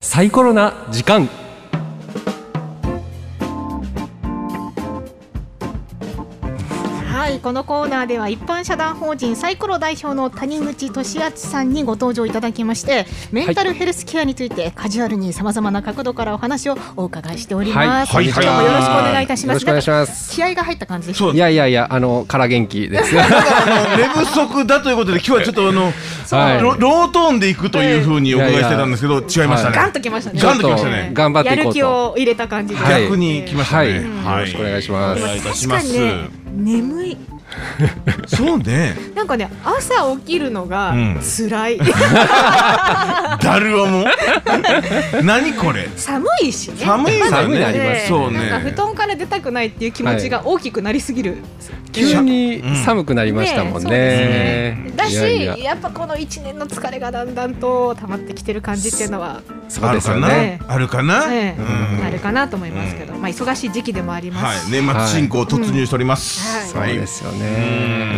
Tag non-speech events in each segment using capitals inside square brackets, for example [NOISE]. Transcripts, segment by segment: サイコロな時間はい、このコーナーでは一般社団法人サイコロ代表の谷口俊敦さんにご登場いただきましてメンタルヘルスケアについてカジュアルにさまざまな角度からお話をお伺いしております、はい今日もよろしくお願いいたしよますろしくお願いしますなんか気合が入った感じですそういやいやいやあのから元気 [LAUGHS] ですただあの寝不足だということで今日はちょっとあの、 [LAUGHS] はいロロートーンでいくというふうにお伺いしてたんですけど違いましたね、ガンときましたねガンときましたね頑張っていこうとやる気を入れた感じで、はい逆に来ましたね、はいよろしくお願いしますお願いいた確しまかすにね眠いそうねなんかね朝起きるのがうん辛 [LAUGHS] い、だるわも [LAUGHS] 何これ寒いしね寒い寒のいのあよりますねねそうなんかね布団から出たくないっていう気持ちが大きくなりすぎる、急に寒くなりましたもんね,、だしいやいややっぱこの1年の疲れがだんだんと溜まってきてる感じっていうのは、そうあでるすかよな、ねねあるかな、ええうんあるかなと思いますけど、まあ、忙しい時期でもありまはすいし、年末進行突入しております、そうはですようね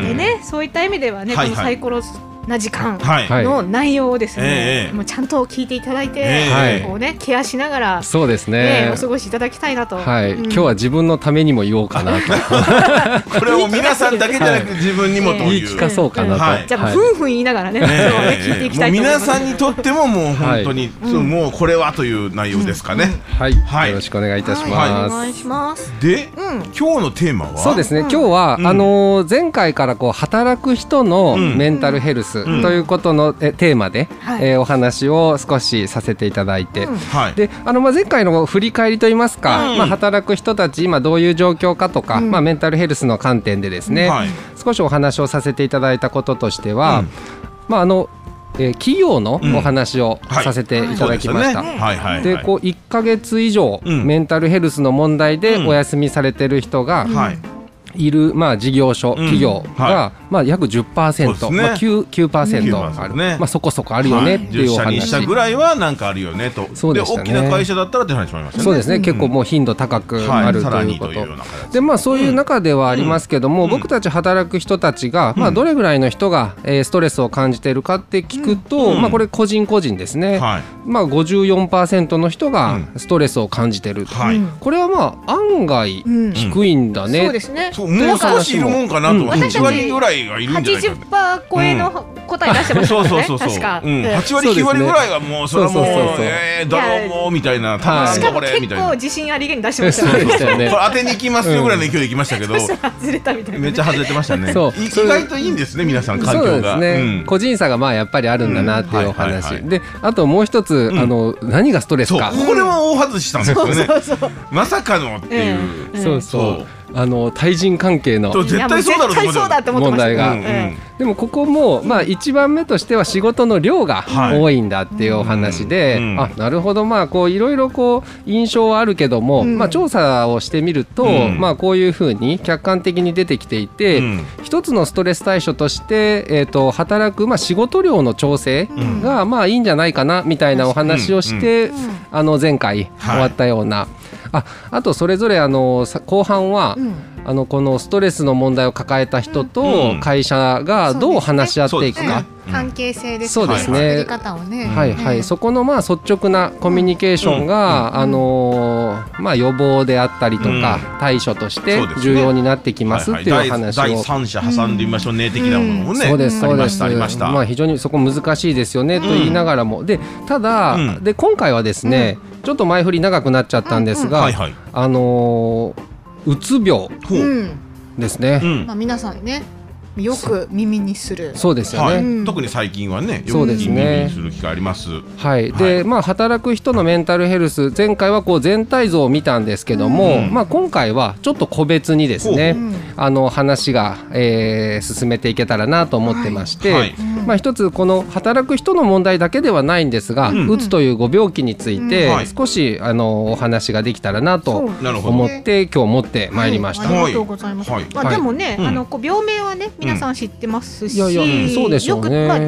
んでねそういった意味ではね、はいこのサイコロな時間はい、はいの内容をですね、ええもうちゃんと聞いていただいて、ええこうね、ケアしながら、そうですねねお過ごしいただきたいなと、はい、うん今日は自分のためにも言おうか [LAUGHS] なとこれを皆さんだけじゃなく自分にもと言いいう、聞かそうかなと、はいじゃあ、はいふんふん言いながらね、今日はね聞いていきたいと思いもうま皆す。さんにとってももう本当に、そうもうこれはという内容ですかね、はい、はいよろしくお願いいたしはい、まおす、願いします。で、うん今日のテーマはそうですね、今日は、あのー前回からこう働く人のうんメンタルヘルスうんということの、えテーマで、はいえーお話を少しさせていただいて、うんはいであのまあ前回の振り返りといいますか、うんまあ、働く人たち今どういう状況かとか、まあ、メンタルヘルスの観点でですね、はい少しお話をさせていただいたこととしては、うんまああのえー企業のんお話をはいさせていただきました。そうですよねはいはいはいでこう1ヶ月以上、うんメンタルヘルスの問題でうんお休みされてる人がはいいる、まあ、事業所、企業が、はまあ、約10%、そうですねまあ、9%, 9%ある、 9%ねまあ、そこそこあるよねっていうお10社にし話、たぐらいはなんかあるよねとそうでしたね大きな会社だったらって話もありましたねそうですね、結構うもう頻度高くんあるはとさらいうにことというような形でまあそういう中ではありますけども、僕たち働く人たちが、まあどれぐらいの人が、えーストレスを感じているかって聞くと、うんまあこれ個人個人ですね。はいまあ54%の人がうんストレスを感じてると、はいこれはまあ案外うん低いんだね、そうですね。そうもう少しいるもんかなとうん8割ぐらいがいるんじゃないかな80%超えの答え出してましたそようね。そうそうそう、確か。うん、ええ8割9割ぐらいはもうそれはもうそうそうそうそうえー、だろうもうみたいなたまはらいんしとかこもれみ結たい構な自信ありげに出してましそうたよでね。したよねこれ当てに行きますよぐらいの勢いで行きまし [LAUGHS] たけど、外れたみたいなね。めっちゃ外れてましたねそうい意外といいんですね皆さん環そうな境んでがすね、ん個人差がまあやっぱりあるんだなっていうおうんはいはい話はいであともう一つ、あの何がストレスそうかこれは大外したんですよねまさかのってえいえう、ええそうそうあの対人関係のそう絶対そうだろうといやも絶対思そううだって思ってましたよ問題がえでもここも、まあ、一番目としては仕事の量がはい多いんだっていうお話で、うんうんあなるほどまあこういろいろこう印象はあるけども、んまあ、調査をしてみると、うんまあ、こういうふうに客観的に出てきていて、うん一つのストレス対処として、えー、と働く、まあ、仕事量の調整が、まあいいんじゃないかなみたいなお話をして、あの前回はい終わったような。ああとそれぞれあのさ後半は、うんあのこのストレスの問題を抱えた人うとん会社がどう話し合っていくそうですかね、え関係性ですそうですね作り方をね。はいはい、そこのまあ率直なコミュニケーションが、あのーまあ、予防であったりとか、対処としてそうですね重要になってきますっていうお話を。第第三者挟んでみましょうね的なものもね、そうですあそりうまでしすたありました、あ非常にそこ難しいですよねと言いながらも、でただ、うんで今回はですね、ちょっと前振り長くなっちゃったんですが、はいはいあのーうつ病ほう、ううんん。ですね、まあ皆さんね、よく耳にする。そうですよね、はい、ん特に最近はねよそうでく耳すねにする機会ありますはい、で、はいまあ働く人のメンタルヘルス前回はこう全体像を見たんですけども、うんまあ今回はちょっと個別にですね、ほうんあの話が、えー進めていけたらなと思ってまして、はいはいまあ一つこの働く人の問題だけではないんですが、うんうつというご病気についうんてはい少しあのお話ができたらなとなるほ思どって今日持ってまいりました。はいありがとうございます。はいまあでもね、はいあのこう病名はね、皆さん知ってますし、いやいやうんそうでしょうねよくまあ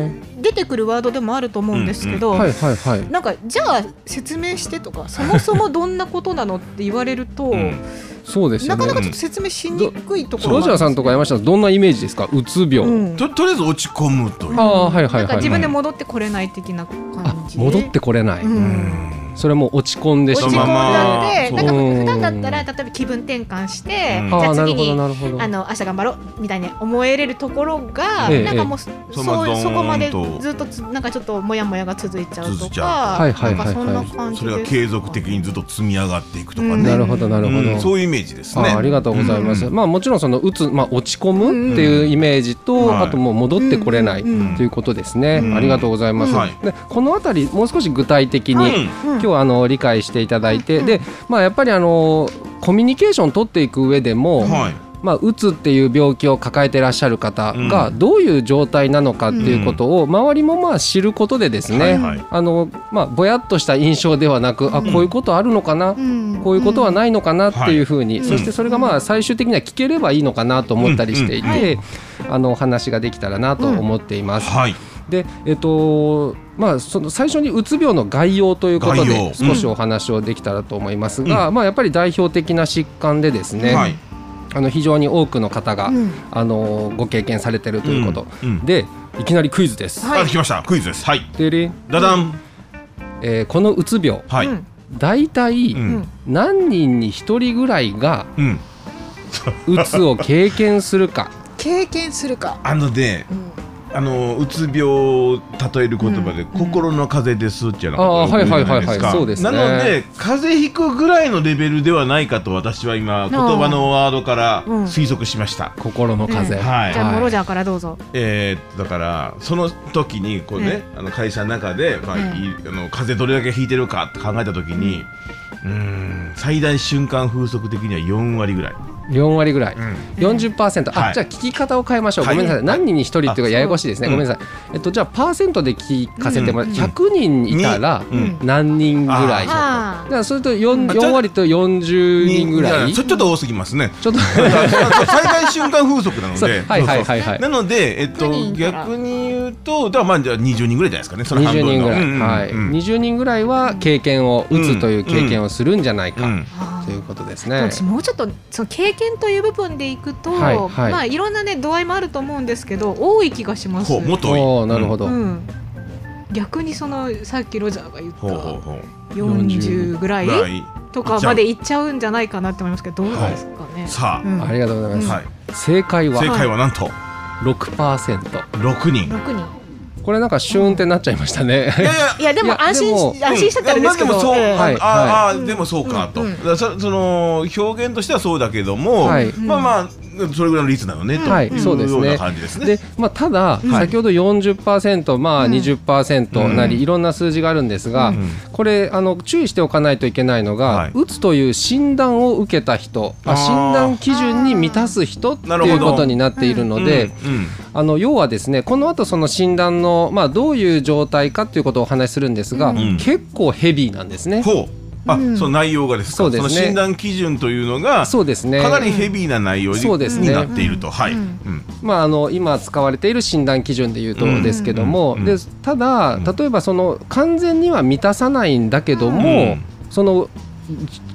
出てくるワードでもあると思うんですけど、はいはいはい。なんかじゃあ説明してとか、そもそもどんなことなのって言われると、うんそうですよなかねな。かちょっと説明しにくいところロジャーさんとか山下さんどんなイメージですか？うつ病。うんととりあえず落ち込むというああはいはいはい。なんか自分で戻ってこれない的な感あじ。戻ってこれない。うんそれも落ち込んでし落ちま込うんまあだって、そなうんか普段だったら例えば気分転換して、うんじゃあああなる次ほどになるほどあの明日頑張ろうみたいに思えれるところが、ええなんかもう、そそのままドうーンとそこまでずっとつなんかちょっとモヤモヤが続いちゃう続といちゃか、うはいはいはいはいなんかそんな感じそでれすが継続的にずっと積み上がっていくとかうんなねるほどなるほど、うんそういうイメージですあねあありがとうございます、うんまあもちろんその打つ、まあ、落ち込むっていうイメージと、うんあともう戻ってこれないということですね、うんありがとうございます、うんはいでこの辺りもう少し具体的に、うんうん今日はあの理解していただいて、うんでまあやっぱりあのコミュニケーション取っていく上でも、はいまあ、うつっていう病気を抱えてらっしゃる方がうどういう状態なのかっていうことを周りもまあ知ることでですね、はいはいあのまあ、ぼやっとした印象ではなく、あこういうことあるのかな、うんこういうことはないのかなっていうふうに、うんそしてそれがまあ最終的には聞ければいいのかなと思ったりしていて、あのお話ができたらなと思っています。はいで、えっとまあ、その最初にうつ病の概要ということ概要で少しお話をできたらと思いますが、まあ、やっぱり代表的な疾患でですね、はいあの非常に多くの方が、うんあのご経験されてるということ、うんうんでいきなりクイズです。はいあ来ましたクイズですはいでれんダダンえーこのうつ病はいうん大体うんうん何人に1人ぐらいがうんうつを経験するか。 [LAUGHS] 経験するか、あのねうんあのうつ病を例える言葉で、うん心の風邪ですっていうのあーがよく言うじゃはいはいないはいはいそうですねなので風邪ひくぐらいのレベルではないかと私は今言葉のワードからうん推測しました、心の風、うんはいじゃあモロジャーからどうぞ、えーっとだからその時にこうね、あの会社の中で、まあうんいいあの風邪どれだけひいてるかって考えた時にうーん最大瞬間風速的には4割ぐらい、 4割ぐらい、40%、はあいじゃあ聞き方を変えましょう、はいごめんなさい、何人に1人っていうかややこしいですね、あそごうめんなさい、えっと、じゃあパーセントで聞かせてもらっうんて、100人いたらうんうん何人ぐらい、うんだかあーらそれと 4, あちょ4割と40人ぐらい、そちょれちょっと多すぎますねっと、だから最大瞬間風速なの [LAUGHS] でそうはいはいはいそうはそうい、なので、えっと、何人から逆に言うと、だからまあ、じゃあ20人ぐらいじゃないですかね、その半20分の人ぐらい、はいうんうんうん20人ぐらいは経験を、うん打つという経験をするんじゃないか、うんあーということですでもね。私もうちょっとその経験という部分でいくと、はいいはいまあいろんなね度合いもあると思うんですけど多い気がします。ほう、もっとお多い。ーなるほど、うん。逆にそのさっきロジャーが言っほうほうたほう。 40ぐらぐらいい。とかまでいっちゃうんじゃないかなって思いますけどどうですかね。さうんありがとうございます、あ、はい。正解は正解はなんと、 6% 6人。六人。これなんかシューンってなっちゃいましたね。いやいやいやでいもや安心しで安心しちゃったらですけまあど。でもそう、ええはいあああはいでもそうかと、うんうんだからそその表現としてはそうだけども、はいまあまあそれぐらいの率なのね、とはいいうそうですよねうな感じですね。で、まあ、ただ、ん先ほど40%、まあ、うん20%なうりいろんな数字があるんですが、うんこれあの注意しておかないといけないのが、はいうつという診断を受けた人ああー診断基準に満たす人ってなるいほうどことになっているので、うんうんあの要はですねこの後その診断の、まあ、どういう状態かということをお話しするんですが、ん結構ヘビーなんですね。ほうあ、うんその内容がですかそうですねの診断基準というのがそうですねかなりヘビーな内容に,、そうですねなっていると、はい、うんうんまあ、あの今使われている診断基準でいうとうんですけども、うんでただうん例えばその完全には満たさないんだけども、うんその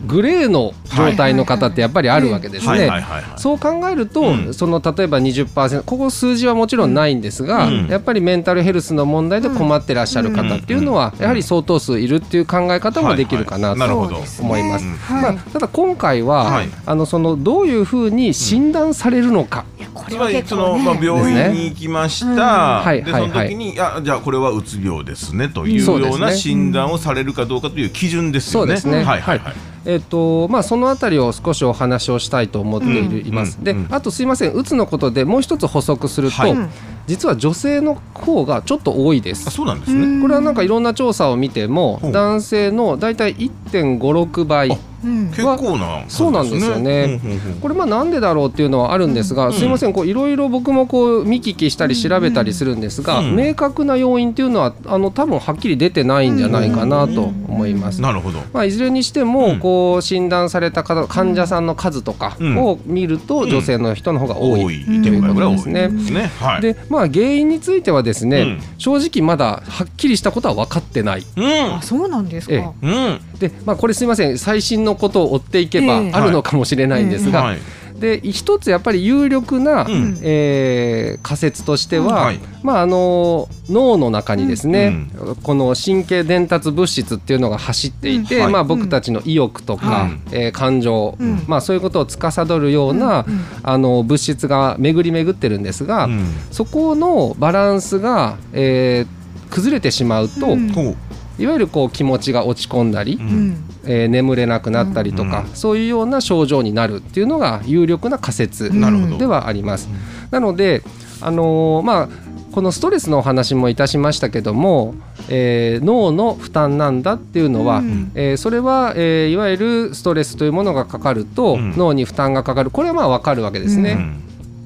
グレーの状態の方ってやっぱりあるわけですはいはいね。はいはい。そう考えると、うんその例えば20%ここ数字はもちろんないんですが、うんやっぱりメンタルヘルスの問題で困ってらっしゃる方っていうのは、うんやはり相当数いるっていう考え方もできるかなと、なるほどそうですね思います。はいまあ、ただ今回は、はいあのそのどういうふうに診断されるのか、いやこつれまはり結そ構の、まあ、ね。病院に行きました、ですねでうんそはいの時に、あじゃあこれはうつ病ですねというそうですねような診断をされるかどうかという基準ですよそね。うですねはいはいはい。えっとまあ、そのあたりを少しお話をしたいと思っているういます。でうんあとすいませんうつのことでもう一つ補足すると、はいうん実は女性の方がちょっと多いであす。そうなんですね。これはなんかいろんな調査を見てもほう男性のだいたい1.56倍あうん結構な、そうなんですよねうんうんうんこれまあなんでだろうっていうのはあるんですが、うんすいませんこういろいろ僕もこう見聞きしたり調べたりするんですが、うん明確な要因っていうのはあの多分はっきり出てないんじゃないかなと思います。なるほど。まあ、いずれにしてうもんこう診断された方患者さんの数とかうんを見るとうん女性の人の方が多い。多い、一点ぐらいぐらい多いですね。はい。でまあ、原因についてはですね、うん正直まだはっきりしたことは分かってないあそうなんですえか。えうん。うん。で、まあ、これすいません最新のことを追っていけばええあるのかもしれないんですが、はい。で一つやっぱり有力な、うんえー仮説としては、うんはいまあ、あの脳の中にですね、この神経伝達物質っていうのが走っていて、うんはいまあ、僕たちの意欲とか、うんえー感情、うんまあ、そういうことを司るような、うんうんあの物質が巡り巡ってるんですが、うんそこのバランスが、えー崩れてしまうと、うんこいわゆるこう気持ちが落ち込んだり、うううんんえー眠れなくなったりとか、うそういうような症状になるっていうのが有力な仮説なるほどではあります。なので、あのーまあ、このストレスのお話もいたしましたけども、えー脳の負担なんだっていうのは、うんえーそれは、えーいわゆるストレスというものがかかると、うん脳に負担がかかるこれはまあわかるわけですうね。ん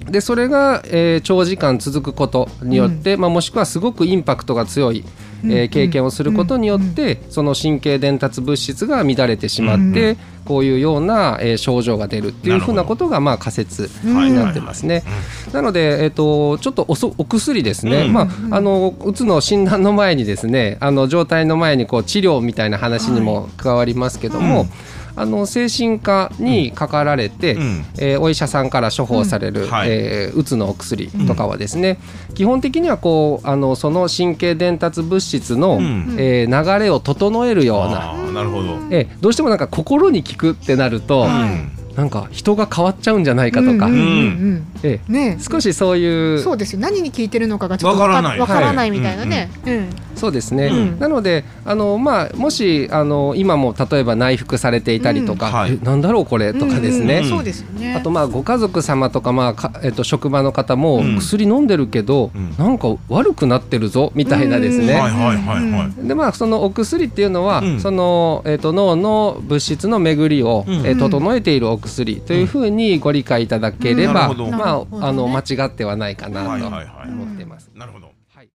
でそれが、えー長時間続くことによって、まあ、もしくはすごくインパクトが強い、えーうん経験をすることによって、その神経伝達物質が乱れてしまって、こういうような、えー症状が出るっていうふうなことが、まあ、仮説うんはいにはいなはっいてますね。なので、えっとちょっとおそお薬ですね、うんまあうんあのうつの診断の前にですねあの状態の前にこう治療みたいな話にも加わりますけども、うんあの精神科にかかられて、うんえーお医者さんから処方される、うんはいえーうつのお薬とかはですね、基本的にはこうあのその神経伝達物質の、うんえー流れを整えるような、あーなるほどえーどうしてもなんか心に効くってなると、はいなんか人が変わっちゃうんじゃないかとか、うんうんえーうんね少しそういうそうですよ何に聞いてるのかがちょっとわからないわからないみたいなね、うんそうですね、うんなのであの、まあ、もしあの今も例えば内服されていたりとか、うんはいえなんだろうこれとかですうんうんね、そうですよねあとまあご家族様とか,、まあかえっと、職場の方もうん薬飲んでるけど、うんなんか悪くなってるぞみたいなですうんはね。いはいはいはいでまあ、そのお薬っていうのは、うんそのえっと脳の物質の巡りを、うんえー整えているお薬というふうにご理解いただければ、うんなるほどまなるほあ、どあのね間違ってはないかなはいとはいはい思ってます。なるほど